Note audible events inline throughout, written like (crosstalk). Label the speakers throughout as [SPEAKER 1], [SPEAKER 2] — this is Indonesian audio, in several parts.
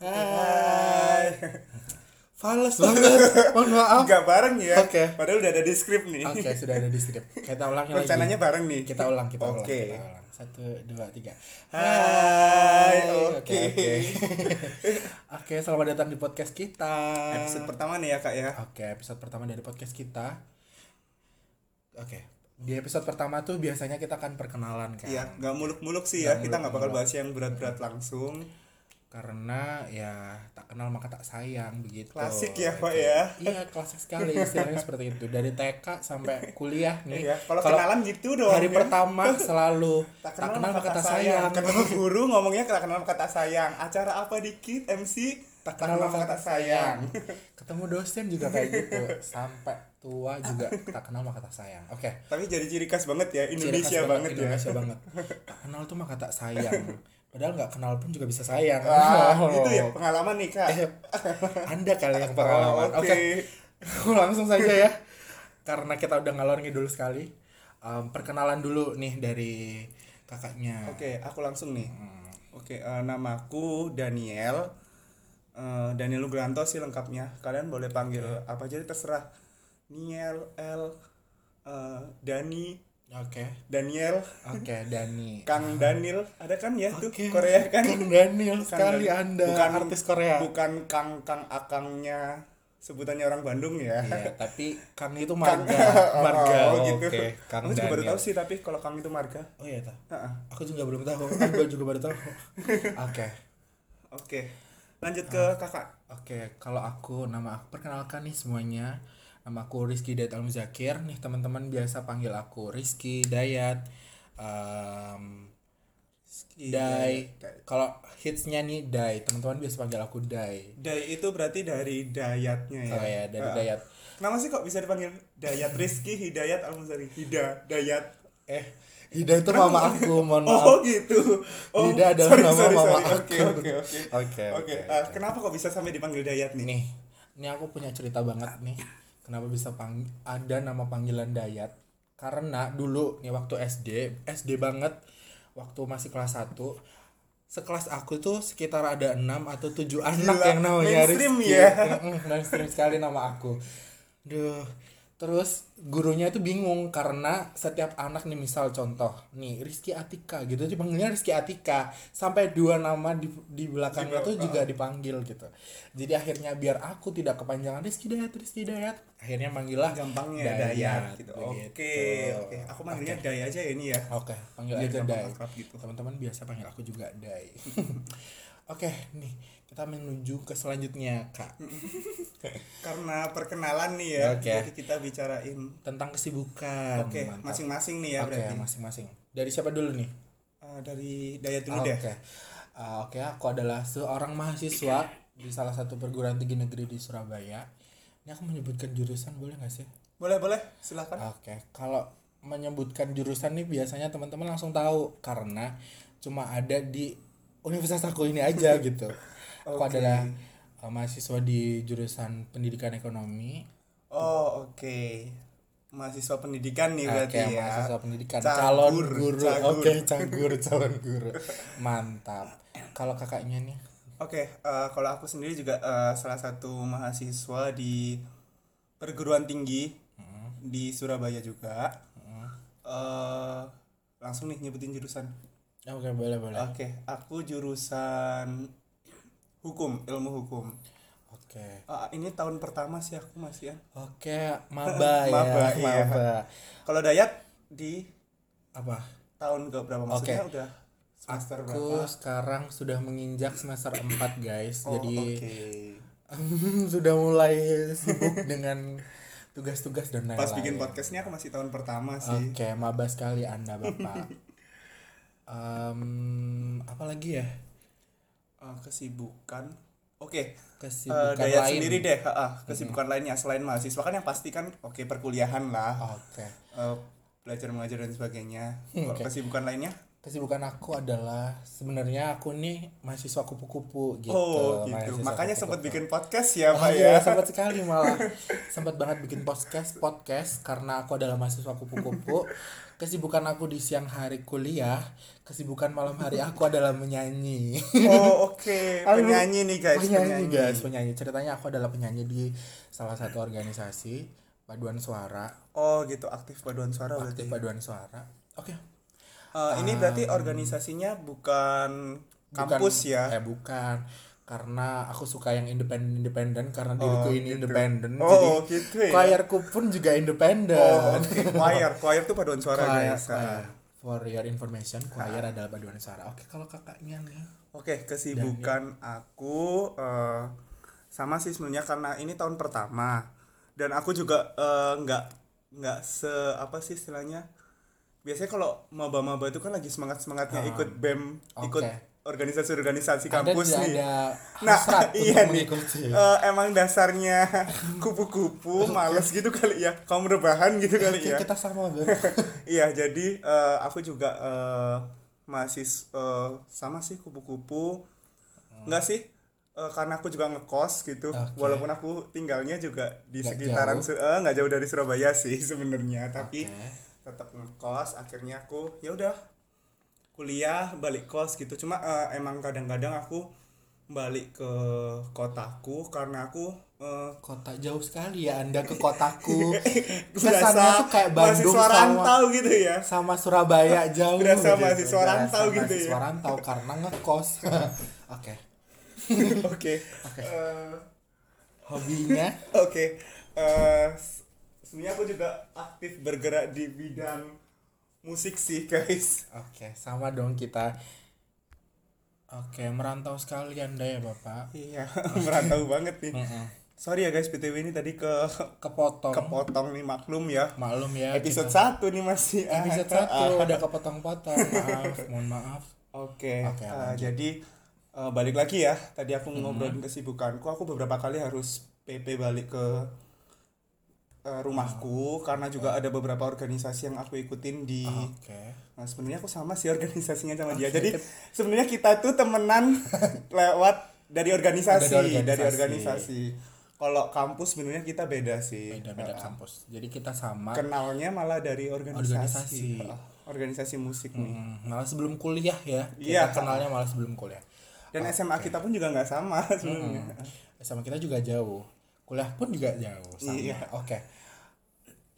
[SPEAKER 1] Hai.
[SPEAKER 2] (laughs) Fales banget.
[SPEAKER 1] (laughs)
[SPEAKER 2] Mohon Oh, maaf.
[SPEAKER 1] Enggak bareng ya.
[SPEAKER 2] Oke.
[SPEAKER 1] Padahal udah ada di skrip nih. (laughs)
[SPEAKER 2] Oke, sudah ada di strip. Kita ulangi lagi.
[SPEAKER 1] Rencananya bareng nih.
[SPEAKER 2] Kita ulang, kita ulang,
[SPEAKER 1] Oke.
[SPEAKER 2] kita ulang. Satu, dua, tiga.
[SPEAKER 1] Hai.
[SPEAKER 2] Oke,
[SPEAKER 1] Oke.
[SPEAKER 2] oke. (laughs) Oke, selamat datang di podcast kita.
[SPEAKER 1] Episode pertama nih ya, Kak ya.
[SPEAKER 2] Eh. Oke, episode pertama dari podcast kita. Oke. Di episode pertama tuh biasanya kita akan perkenalan kan.
[SPEAKER 1] Iya, nggak muluk-muluk sih ya.
[SPEAKER 2] Nggak
[SPEAKER 1] Kita nggak bakal
[SPEAKER 2] muluk-muluk.
[SPEAKER 1] bahas yang berat-berat langsung.
[SPEAKER 2] Karena ya tak kenal maka tak sayang begitu.
[SPEAKER 1] Klasik ya, Pak,
[SPEAKER 2] Oke.
[SPEAKER 1] ya.
[SPEAKER 2] Iya, klasik sekali istilahnya seperti itu. Dari TK sampai kuliah nih.
[SPEAKER 1] Iya, kalau kenalan gitu dong.
[SPEAKER 2] hari
[SPEAKER 1] ya.
[SPEAKER 2] (laughs) pertama selalu tak kenal, maka tak sayang.
[SPEAKER 1] Ketemu guru ngomongnya tak kenal maka tak sayang. Acara apa dikit MC
[SPEAKER 2] tak kenal maka tak sayang. Ketemu dosen juga kayak gitu. Sampai tua juga tak kenal maka tak sayang. Oke.
[SPEAKER 1] Tapi jadi ciri khas banget ya
[SPEAKER 2] Ciri khas
[SPEAKER 1] Indonesia banget, ya.
[SPEAKER 2] Indonesia banget. Tak kenal tuh maka tak sayang. Padahal nggak kenal pun juga bisa sayang.
[SPEAKER 1] Wah,
[SPEAKER 2] Oh.
[SPEAKER 1] itu ya pengalaman nih, Kak.
[SPEAKER 2] Eh, Anda kali yang pengalaman.
[SPEAKER 1] Oh,
[SPEAKER 2] Oke. (laughs) Langsung saja ya. Karena kita udah ngalor ngidul sekali. Em, perkenalan dulu nih dari kakaknya.
[SPEAKER 1] Oke, aku langsung nih.
[SPEAKER 2] Hmm.
[SPEAKER 1] Oke, eh, namaku Daniel. Eh, Daniel Lugranto sih lengkapnya. Kalian boleh panggil apa aja terserah. Niel, L, eh, Dani,
[SPEAKER 2] Oke.
[SPEAKER 1] Daniel,
[SPEAKER 2] Oke, Dani.
[SPEAKER 1] Kang Daniel. Ada kan ya tuh
[SPEAKER 2] Oke,
[SPEAKER 1] Korea kan?
[SPEAKER 2] Kang Daniel
[SPEAKER 1] Kang
[SPEAKER 2] sekali
[SPEAKER 1] Daniel.
[SPEAKER 2] Anda
[SPEAKER 1] Bukan-
[SPEAKER 2] artis Korea.
[SPEAKER 1] Bukan Kang Kang Akangnya sebutannya orang Bandung ya.
[SPEAKER 2] Iya, tapi Kang itu
[SPEAKER 1] Kang-
[SPEAKER 2] marga,
[SPEAKER 1] (laughs) Oh,
[SPEAKER 2] (laughs) marga.
[SPEAKER 1] oh, gitu.
[SPEAKER 2] Oke, Kang
[SPEAKER 1] aku juga baru
[SPEAKER 2] Daniel.
[SPEAKER 1] tahu sih tapi kalau Kang itu marga.
[SPEAKER 2] Oh iya tahu.
[SPEAKER 1] Heeh.
[SPEAKER 2] Aku juga belum tahu. Aku juga baru
[SPEAKER 1] (laughs)
[SPEAKER 2] tahu. Oke.
[SPEAKER 1] Oke. Lanjut ke
[SPEAKER 2] Ah.
[SPEAKER 1] kakak.
[SPEAKER 2] Oke, kalau aku nama aku perkenalkan nih semuanya. Nama aku Rizky Dayat Almuzakir. Nih teman-teman biasa panggil aku Rizky Dayat. Em Dai. Kalau hitsnya nih Dai, teman-teman biasa panggil aku Dai.
[SPEAKER 1] Dai itu berarti dari dayatnya ya.
[SPEAKER 2] Oh ya, dari
[SPEAKER 1] Heeh.
[SPEAKER 2] Dayat.
[SPEAKER 1] Kenapa sih kok bisa dipanggil Dayat Rizky Hidayat Almuzari? Hida, Dayat.
[SPEAKER 2] Eh, Hida itu mama aku, mohon maaf.
[SPEAKER 1] Oh gitu. Oh,
[SPEAKER 2] Hida adalah
[SPEAKER 1] sorry,
[SPEAKER 2] nama
[SPEAKER 1] sorry,
[SPEAKER 2] mama
[SPEAKER 1] sorry.
[SPEAKER 2] aku.
[SPEAKER 1] Oke, oke, oke.
[SPEAKER 2] Oke,
[SPEAKER 1] Oke,
[SPEAKER 2] oke,
[SPEAKER 1] eh, kenapa kok bisa sampai dipanggil Dayat nih?
[SPEAKER 2] Nih, ini aku punya cerita banget nih. Kenapa bisa pang ada nama panggilan Dayat? Karena dulu nih waktu SD, SD banget waktu masih kelas 1 sekelas aku tuh sekitar ada 6 atau 7 anak
[SPEAKER 1] Gila,
[SPEAKER 2] yang namanya
[SPEAKER 1] mainstream
[SPEAKER 2] Rizky.
[SPEAKER 1] ya.
[SPEAKER 2] Mm, mainstream sekali nama aku. Duh. Terus gurunya itu bingung karena setiap anak nih misal contoh nih Rizky Atika gitu dipanggilnya Rizky Atika sampai dua nama di, di
[SPEAKER 1] Di
[SPEAKER 2] belakangnya tuh
[SPEAKER 1] belakang.
[SPEAKER 2] juga dipanggil gitu. Jadi akhirnya biar aku tidak kepanjangan Rizky Dayat Rizky Dayat akhirnya manggillah
[SPEAKER 1] Ah, Gampangnya Dayat, gitu. Oke,
[SPEAKER 2] begitu.
[SPEAKER 1] oke. Aku manggilnya Day aja ya ini ya.
[SPEAKER 2] Oke, panggil
[SPEAKER 1] Biar
[SPEAKER 2] aja
[SPEAKER 1] gampang
[SPEAKER 2] Dai.
[SPEAKER 1] akrab gitu.
[SPEAKER 2] Teman-teman biasa panggil aku juga Dai.
[SPEAKER 1] (laughs)
[SPEAKER 2] Oke, nih kita menuju ke selanjutnya Kak
[SPEAKER 1] Karena perkenalan nih ya.
[SPEAKER 2] Oke.
[SPEAKER 1] Jadi kita bicarain
[SPEAKER 2] tentang kesibukan.
[SPEAKER 1] Oke,
[SPEAKER 2] Mantap.
[SPEAKER 1] masing-masing nih ya
[SPEAKER 2] Oke,
[SPEAKER 1] berarti.
[SPEAKER 2] masing-masing. Dari siapa dulu nih?
[SPEAKER 1] Eh, dari Dayat dulu
[SPEAKER 2] Oke.
[SPEAKER 1] deh.
[SPEAKER 2] Ah, Oke, aku adalah seorang mahasiswa di salah satu perguruan tinggi negeri di Surabaya. Ini aku menyebutkan jurusan boleh nggak sih?
[SPEAKER 1] Boleh, boleh. Silakan.
[SPEAKER 2] Oke, kalau menyebutkan jurusan nih biasanya teman-teman langsung tahu karena cuma ada di universitas aku ini
[SPEAKER 1] (laughs)
[SPEAKER 2] aja gitu. Aku
[SPEAKER 1] Oke.
[SPEAKER 2] adalah uh, mahasiswa di jurusan Pendidikan Ekonomi.
[SPEAKER 1] Oh, oke. Mahasiswa pendidikan nih berarti
[SPEAKER 2] Oke,
[SPEAKER 1] ya.
[SPEAKER 2] mahasiswa pendidikan
[SPEAKER 1] Cagur,
[SPEAKER 2] calon
[SPEAKER 1] cagur.
[SPEAKER 2] guru. Oke, cagur calon guru. Mantap. Kalau kakaknya nih?
[SPEAKER 1] Oke, eh, kalau aku sendiri juga eh, salah satu mahasiswa di perguruan tinggi
[SPEAKER 2] Mm-hmm.
[SPEAKER 1] di Surabaya juga. Eh, langsung nih nyebutin jurusan.
[SPEAKER 2] Oke, boleh boleh.
[SPEAKER 1] Oke, aku jurusan hukum, ilmu hukum.
[SPEAKER 2] Oke.
[SPEAKER 1] Eh, ini tahun pertama sih aku masih ya.
[SPEAKER 2] Oke,
[SPEAKER 1] (laughs)
[SPEAKER 2] maba ya.
[SPEAKER 1] Maba, iya.
[SPEAKER 2] maba.
[SPEAKER 1] Kalau Dayat di
[SPEAKER 2] Apa?
[SPEAKER 1] tahun ke berapa maksudnya udah semester
[SPEAKER 2] Aku
[SPEAKER 1] berapa?
[SPEAKER 2] sekarang sudah menginjak semester 4, guys.
[SPEAKER 1] Oh,
[SPEAKER 2] Jadi
[SPEAKER 1] oke.
[SPEAKER 2] (laughs) sudah mulai sibuk dengan tugas-tugas dan lain-lain.
[SPEAKER 1] Pas bikin podcastnya aku masih tahun pertama sih.
[SPEAKER 2] Oke, maba sekali Anda,
[SPEAKER 1] (laughs)
[SPEAKER 2] Bapak. Em, apa apalagi ya?
[SPEAKER 1] Eh, kesibukan. Oke.
[SPEAKER 2] Kesibukan
[SPEAKER 1] Eh, Dayat
[SPEAKER 2] lain.
[SPEAKER 1] sendiri deh ha, ha, kesibukan lainnya selain mahasiswa kan yang pasti kan oke perkuliahan lah
[SPEAKER 2] Oke.
[SPEAKER 1] eh, belajar mengajar dan sebagainya Kalau
[SPEAKER 2] Oke.
[SPEAKER 1] kesibukan lainnya
[SPEAKER 2] kesibukan aku adalah sebenarnya aku nih mahasiswa kupu-kupu gitu.
[SPEAKER 1] oh gitu
[SPEAKER 2] mahasiswa
[SPEAKER 1] makanya
[SPEAKER 2] kupu-kupu.
[SPEAKER 1] sempat bikin podcast ya
[SPEAKER 2] (laughs) Oh
[SPEAKER 1] pak
[SPEAKER 2] iya,
[SPEAKER 1] ya
[SPEAKER 2] sempat sekali malah. sempat banget bikin podcast podcast karena aku adalah mahasiswa kupu-kupu. Kesibukan aku di siang hari kuliah, kesibukan malam hari aku adalah menyanyi.
[SPEAKER 1] oh oke
[SPEAKER 2] iya. (laughs)
[SPEAKER 1] (laughs)
[SPEAKER 2] Aduh,
[SPEAKER 1] penyanyi nih guys
[SPEAKER 2] penyanyi, guys, penyanyi. Ceritanya aku adalah penyanyi di salah satu organisasi paduan suara,
[SPEAKER 1] oh gitu aktif paduan suara
[SPEAKER 2] aktif
[SPEAKER 1] berarti
[SPEAKER 2] paduan suara. Oke.
[SPEAKER 1] Eh, ini berarti organisasinya bukan kampus
[SPEAKER 2] Bukan-
[SPEAKER 1] ya
[SPEAKER 2] Eh bukan. Karena aku suka yang independen-independen karena diriku ini independen.
[SPEAKER 1] gitu. oh
[SPEAKER 2] jadi
[SPEAKER 1] gitu ya
[SPEAKER 2] choirku pun juga independen.
[SPEAKER 1] oh
[SPEAKER 2] (laughs)
[SPEAKER 1] oke choir choir tuh paduan suara
[SPEAKER 2] Choir,
[SPEAKER 1] guys
[SPEAKER 2] choir. For your information,
[SPEAKER 1] Nah.
[SPEAKER 2] choir adalah paduan suara. Oke, kalau kakaknya nih.
[SPEAKER 1] Oke, kesibukan aku eh, sama sih sebenarnya karena ini tahun pertama dan aku juga eh, nggak nggak se apa sih istilahnya. Biasanya kalau maba-maba itu kan lagi semangat-semangatnya ikut BEM,
[SPEAKER 2] Ah, oke.
[SPEAKER 1] ikut organisasi-organisasi
[SPEAKER 2] Anda
[SPEAKER 1] kampus
[SPEAKER 2] tidak
[SPEAKER 1] nih.
[SPEAKER 2] ada
[SPEAKER 1] Nah,
[SPEAKER 2] hasrat
[SPEAKER 1] (laughs) iya
[SPEAKER 2] untuk
[SPEAKER 1] nih.
[SPEAKER 2] mengikuti.
[SPEAKER 1] Eh, emang dasarnya (laughs) kupu-kupu males gitu kali ya. Kamu rebahan gitu kali
[SPEAKER 2] Oke,
[SPEAKER 1] ya.
[SPEAKER 2] kita sama,
[SPEAKER 1] (laughs)
[SPEAKER 2] Bang.
[SPEAKER 1] Iya, jadi eh, aku juga eh, masih s- eh, sama sih kupu-kupu. Enggak sih? eh, karena aku juga ngekos gitu.
[SPEAKER 2] Hmm. Oke.
[SPEAKER 1] Walaupun aku tinggalnya juga di
[SPEAKER 2] Nggak
[SPEAKER 1] sekitaran
[SPEAKER 2] jauh.
[SPEAKER 1] Su- eh, nggak jauh dari Surabaya sih (laughs) sebenarnya, tapi
[SPEAKER 2] Oke.
[SPEAKER 1] tetap ngekos. Akhirnya aku ya udah kuliah balik kos gitu. Cuma eh, emang kadang-kadang aku balik ke kotaku karena aku eh,
[SPEAKER 2] Kota jauh sekali ya Anda ke
[SPEAKER 1] (laughs)
[SPEAKER 2] kotaku.
[SPEAKER 1] berasa
[SPEAKER 2] Kesannya tuh kayak Bandung
[SPEAKER 1] mahasiswa
[SPEAKER 2] sama,
[SPEAKER 1] rantau gitu
[SPEAKER 2] (laughs)
[SPEAKER 1] ya.
[SPEAKER 2] sama Surabaya
[SPEAKER 1] (laughs)
[SPEAKER 2] jauh.
[SPEAKER 1] Berasa
[SPEAKER 2] gitu.
[SPEAKER 1] mahasiswa
[SPEAKER 2] Berasa
[SPEAKER 1] rantau gitu ya.
[SPEAKER 2] mahasiswa rantau karena
[SPEAKER 1] (laughs)
[SPEAKER 2] ngekos. (laughs) Oke.
[SPEAKER 1] Oke. (laughs) Eh,
[SPEAKER 2] Hobinya
[SPEAKER 1] Oke. Eh, s- sebenarnya aku juga aktif bergerak di bidang musik sih, guys.
[SPEAKER 2] Oke, sama dong kita. Oke, merantau sekali Anda ya, Bapak.
[SPEAKER 1] Iya, (laughs) merantau banget nih.
[SPEAKER 2] Heeh.
[SPEAKER 1] Sorry ya guys, PTW ini tadi ke
[SPEAKER 2] Kepotong.
[SPEAKER 1] kepotong nih maklum ya.
[SPEAKER 2] Maklum ya.
[SPEAKER 1] Episode
[SPEAKER 2] kita-
[SPEAKER 1] 1 nih masih. ah,
[SPEAKER 2] Episode
[SPEAKER 1] ah, ah.
[SPEAKER 2] 1 udah kepotong-potong. Maaf, mohon maaf.
[SPEAKER 1] Oke.
[SPEAKER 2] Oke,
[SPEAKER 1] eh,
[SPEAKER 2] lanjut.
[SPEAKER 1] jadi eh, balik lagi ya. Tadi aku ngobrolin kesibukanku. Aku beberapa kali harus PP balik ke eh, rumahku karena juga ada beberapa organisasi yang aku ikutin di
[SPEAKER 2] Oke.
[SPEAKER 1] Nah, sebenarnya aku sama sih organisasinya sama dia. Jadi sebenarnya kita tuh
[SPEAKER 2] (laughs)
[SPEAKER 1] temenan lewat dari organisasi,
[SPEAKER 2] Dari organisasi.
[SPEAKER 1] dari organisasi. Kalau kampus sebenarnya kita beda sih.
[SPEAKER 2] Beda-beda kampus. Jadi kita sama.
[SPEAKER 1] Kenalnya malah dari
[SPEAKER 2] Organisasi.
[SPEAKER 1] organisasi. Ah, Organisasi, musik nih.
[SPEAKER 2] Hmm, malah sebelum kuliah ya.
[SPEAKER 1] Iya.
[SPEAKER 2] Kita kenalnya malah sebelum kuliah.
[SPEAKER 1] Dan SMA kita pun juga nggak sama (laughs) sebenarnya.
[SPEAKER 2] Sama kita juga jauh. Kuliah pun juga jauh. Sama.
[SPEAKER 1] Iya.
[SPEAKER 2] Oke.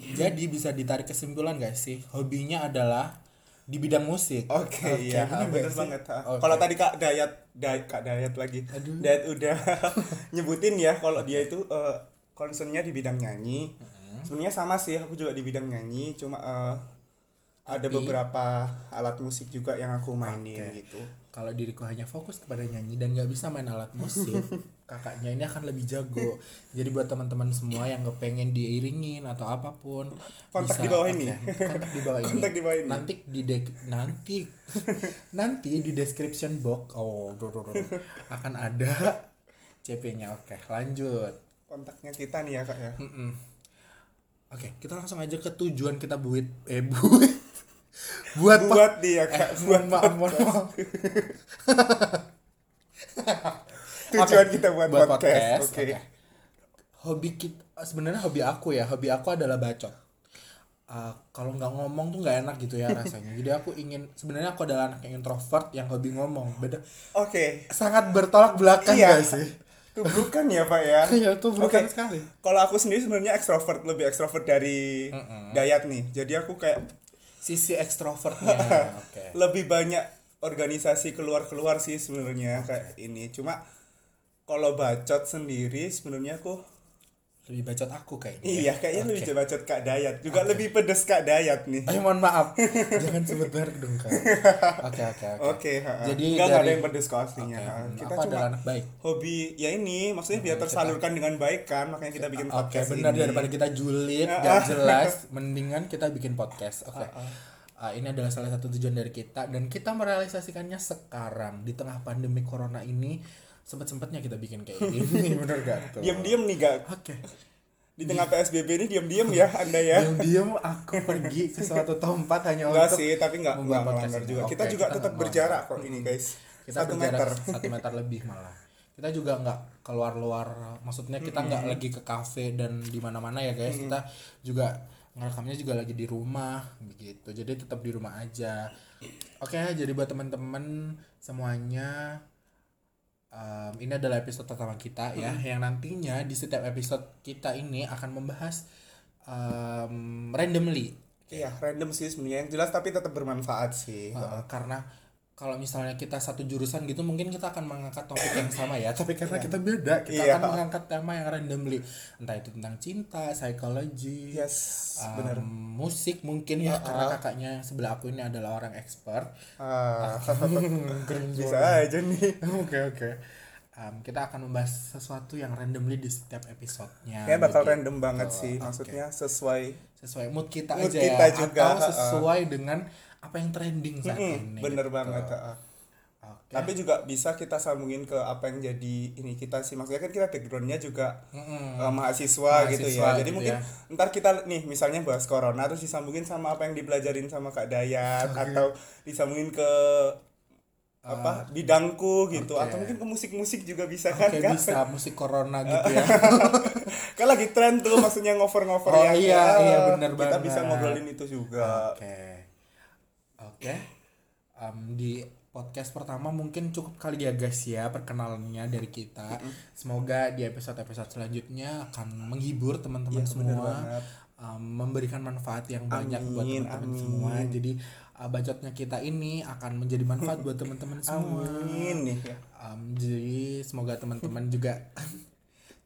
[SPEAKER 2] Jadi bisa ditarik kesimpulan gak sih? Hobinya adalah di bidang musik.
[SPEAKER 1] Oke, iya,
[SPEAKER 2] bener
[SPEAKER 1] bener
[SPEAKER 2] nggak sih?
[SPEAKER 1] banget. ah.
[SPEAKER 2] Oke.
[SPEAKER 1] Kalau tadi Kak Dayat, Day- Kak Dayat lagi. Dayat udah (laughs) nyebutin ya kalau dia itu eh, concernnya di bidang nyanyi. Sebenarnya sama sih, aku juga di bidang nyanyi, cuma eh, ada beberapa alat musik juga yang aku mainin gitu.
[SPEAKER 2] kalau diriku hanya fokus kepada nyanyi dan nggak bisa main alat musik
[SPEAKER 1] (laughs)
[SPEAKER 2] kakaknya ini akan lebih jago jadi buat teman-teman semua yang kepengen diiringin atau apapun
[SPEAKER 1] Kontak
[SPEAKER 2] bisa,
[SPEAKER 1] di bawah
[SPEAKER 2] oke,
[SPEAKER 1] ini.
[SPEAKER 2] kontak di bawah ini
[SPEAKER 1] Kontak di bawah ini.
[SPEAKER 2] nanti di de- nanti (laughs) nanti di description box oh duh, duh, duh, duh. akan
[SPEAKER 1] (laughs)
[SPEAKER 2] ada CP-nya oke lanjut
[SPEAKER 1] Kontaknya kita nih ya, Kak ya.
[SPEAKER 2] Mm-mm. oke kita langsung aja ke tujuan kita buat eh buat buat
[SPEAKER 1] Buat dia,
[SPEAKER 2] eh,
[SPEAKER 1] Kak.
[SPEAKER 2] mohon maaf mohon maaf
[SPEAKER 1] Tujuan
[SPEAKER 2] (laughs) Oke,
[SPEAKER 1] kita buat, podcast. Oke.
[SPEAKER 2] oke. Hobi kita sebenarnya hobi aku ya. Hobi aku adalah bacot. Uh, kalau nggak ngomong tuh nggak enak gitu ya
[SPEAKER 1] (laughs)
[SPEAKER 2] rasanya. Jadi aku ingin sebenarnya aku adalah anak yang introvert yang hobi ngomong. Beda
[SPEAKER 1] Oke.
[SPEAKER 2] sangat bertolak belakang
[SPEAKER 1] Iya.
[SPEAKER 2] gak Kan sih?
[SPEAKER 1] Tubrukan ya, Pak ya.
[SPEAKER 2] Iya, tubrukan
[SPEAKER 1] Oke.
[SPEAKER 2] sekali.
[SPEAKER 1] Kalau aku sendiri sebenarnya ekstrovert, lebih ekstrovert dari Dayat nih. Jadi aku kayak
[SPEAKER 2] Sisi
[SPEAKER 1] (laughs)
[SPEAKER 2] ekstrovertnya. Ah, Oke.
[SPEAKER 1] lebih banyak organisasi keluar-keluar sih sebenarnya kayak ini cuma kalau bacot sendiri sebenarnya aku
[SPEAKER 2] Lebih bacot aku kayaknya.
[SPEAKER 1] iya kayaknya lebih bacot Kak Dayat juga lebih pedes Kak Dayat nih
[SPEAKER 2] Ayo Eh, mohon
[SPEAKER 1] (laughs)
[SPEAKER 2] maaf. Jangan sebut merek dong, Kak. Oke, oke, oke.
[SPEAKER 1] oke ha-ha. nggak
[SPEAKER 2] Jadi
[SPEAKER 1] nggak
[SPEAKER 2] dari-
[SPEAKER 1] ada yang pedes kok aslinya
[SPEAKER 2] Oke,
[SPEAKER 1] ha-ha.
[SPEAKER 2] hmm,
[SPEAKER 1] kita
[SPEAKER 2] aku
[SPEAKER 1] cuma
[SPEAKER 2] adalah anak baik.
[SPEAKER 1] hobi ya ini maksudnya biar tersalurkan dengan baik kan makanya kita bikin
[SPEAKER 2] Oke
[SPEAKER 1] podcast
[SPEAKER 2] benar
[SPEAKER 1] ini Ah,
[SPEAKER 2] daripada kita julid gak
[SPEAKER 1] (laughs)
[SPEAKER 2] jelas mendingan kita bikin podcast. Oke. Ah, ini adalah salah satu tujuan dari kita dan kita merealisasikannya sekarang di tengah
[SPEAKER 1] (laughs)
[SPEAKER 2] pandemi corona ini sempet sempetnya kita bikin kayak gini bener gak tuh?
[SPEAKER 1] diam-diam nih gak
[SPEAKER 2] Oke.
[SPEAKER 1] di tengah PSBB ini diam-diam ya Anda ya.
[SPEAKER 2] Yang diem aku pergi ke suatu tempat hanya
[SPEAKER 1] Enggak
[SPEAKER 2] untuk
[SPEAKER 1] sih, tapi enggak
[SPEAKER 2] membuat
[SPEAKER 1] enggak
[SPEAKER 2] podcast
[SPEAKER 1] melanggar
[SPEAKER 2] ini.
[SPEAKER 1] juga.
[SPEAKER 2] Oke,
[SPEAKER 1] kita juga
[SPEAKER 2] kita
[SPEAKER 1] tetap
[SPEAKER 2] nggak Iya,
[SPEAKER 1] berjarak kok ini, guys.
[SPEAKER 2] kita
[SPEAKER 1] Satu meter.
[SPEAKER 2] berjarak satu meter lebih malah kita juga nggak keluar-luar maksudnya kita nggak lagi ke kafe dan di mana-mana ya guys kita juga ngerekamnya juga lagi di rumah begitu jadi tetap di rumah aja oke jadi buat teman-teman semuanya em, ini adalah episode pertama kita ya yang nantinya di setiap episode kita ini akan membahas em, randomly
[SPEAKER 1] Iya, random sih sebenarnya yang jelas tapi tetap bermanfaat sih.
[SPEAKER 2] Uh, karena kalau misalnya kita satu jurusan gitu mungkin kita akan mengangkat (coughs) topik yang sama ya tapi karena kita beda kita
[SPEAKER 1] Iya.
[SPEAKER 2] akan mengangkat tema yang randomly entah itu tentang cinta psikologi
[SPEAKER 1] Yes,
[SPEAKER 2] um, (laughs)
[SPEAKER 1] benar.
[SPEAKER 2] musik mungkin ya karena kakaknya yang sebelah aku ini adalah orang expert
[SPEAKER 1] Ah, (laughs)
[SPEAKER 2] Keren (laughs)
[SPEAKER 1] bisa
[SPEAKER 2] banget.
[SPEAKER 1] aja nih.
[SPEAKER 2] oke oke Um, kita akan membahas sesuatu yang randomly di setiap episodenya
[SPEAKER 1] Kayak bakal
[SPEAKER 2] Jadi,
[SPEAKER 1] random banget
[SPEAKER 2] betul.
[SPEAKER 1] sih,
[SPEAKER 2] Oh, Oke.
[SPEAKER 1] maksudnya sesuai.
[SPEAKER 2] sesuai mood kita
[SPEAKER 1] Mood
[SPEAKER 2] aja
[SPEAKER 1] kita
[SPEAKER 2] ya
[SPEAKER 1] juga,
[SPEAKER 2] atau
[SPEAKER 1] ha-ha.
[SPEAKER 2] sesuai dengan apa yang trending saat
[SPEAKER 1] Mm,
[SPEAKER 2] ini
[SPEAKER 1] bener
[SPEAKER 2] gitu.
[SPEAKER 1] banget. ah.
[SPEAKER 2] Oke.
[SPEAKER 1] Tapi juga bisa kita sambungin ke apa yang jadi ini kita sih. Maksudnya kan kita backgroundnya juga
[SPEAKER 2] Mm-mm.
[SPEAKER 1] eh, mahasiswa, gitu
[SPEAKER 2] Mahasiswa
[SPEAKER 1] ya. Jadi
[SPEAKER 2] gitu
[SPEAKER 1] mungkin ntar kita nih misalnya bahas corona terus disambungin sama apa yang dipelajarin sama Kak Dayat atau disambungin ke apa bidangku gitu
[SPEAKER 2] Ah, oke.
[SPEAKER 1] atau mungkin ke musik-musik juga bisa kan Kak?
[SPEAKER 2] Kayak bisa musik corona gitu (laughs) ya.
[SPEAKER 1] kan lagi tren tuh maksudnya ngover-ngover
[SPEAKER 2] Oh
[SPEAKER 1] yang
[SPEAKER 2] iya,
[SPEAKER 1] ya,
[SPEAKER 2] iya, bener
[SPEAKER 1] kita bisa
[SPEAKER 2] banget.
[SPEAKER 1] ngobrolin itu juga
[SPEAKER 2] Oke. Oke. Em, di podcast pertama mungkin cukup kali ya guys ya perkenalannya dari kita. Semoga di episode-episode selanjutnya akan menghibur
[SPEAKER 1] bener
[SPEAKER 2] teman-teman semua.
[SPEAKER 1] Iya, banget.
[SPEAKER 2] em, memberikan manfaat yang banyak buat
[SPEAKER 1] Amin,
[SPEAKER 2] teman-teman
[SPEAKER 1] amin.
[SPEAKER 2] semua. Jadi eh, bacotnya kita ini akan menjadi manfaat buat teman-teman
[SPEAKER 1] (laughs)
[SPEAKER 2] semua.
[SPEAKER 1] amin nih ya.
[SPEAKER 2] Em, jadi semoga teman-teman juga (laughs)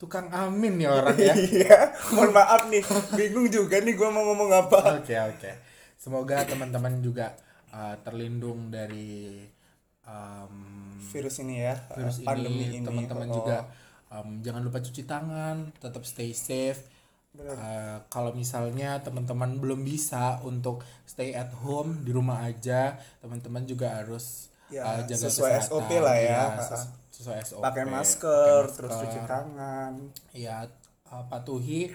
[SPEAKER 2] tukang amin ya
[SPEAKER 1] (laughs)
[SPEAKER 2] orang ya.
[SPEAKER 1] iya mohon maaf nih bingung juga nih gua mau ngomong
[SPEAKER 2] (laughs)
[SPEAKER 1] apa
[SPEAKER 2] Oke oke. Semoga teman-teman juga uh, terlindung dari um,
[SPEAKER 1] virus ini ya
[SPEAKER 2] virus
[SPEAKER 1] pandemi
[SPEAKER 2] ini.
[SPEAKER 1] ini
[SPEAKER 2] Teman-teman
[SPEAKER 1] Oh, oh.
[SPEAKER 2] juga um, jangan lupa cuci tangan, tetap stay safe. Uh, kalau misalnya teman-teman belum bisa untuk stay at home di rumah aja, teman-teman juga harus
[SPEAKER 1] Ya,
[SPEAKER 2] uh, jaga
[SPEAKER 1] sesuai
[SPEAKER 2] kesehatan. Iya,
[SPEAKER 1] SOP lah ya.
[SPEAKER 2] ses- sesuai SOP.
[SPEAKER 1] pakai masker, terus
[SPEAKER 2] masker.
[SPEAKER 1] cuci tangan
[SPEAKER 2] Iya, uh, patuhi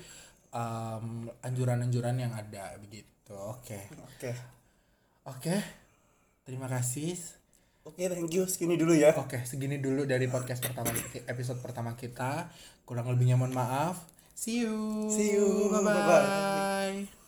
[SPEAKER 2] um, anjuran-anjuran yang ada begitu. Oke.
[SPEAKER 1] oke
[SPEAKER 2] Oke, terima kasih.
[SPEAKER 1] oke thank you segini dulu ya
[SPEAKER 2] Oke, segini dulu dari podcast pertama episode pertama kita. Kurang lebihnya mohon maaf. See you.
[SPEAKER 1] See you.
[SPEAKER 2] Bye bye.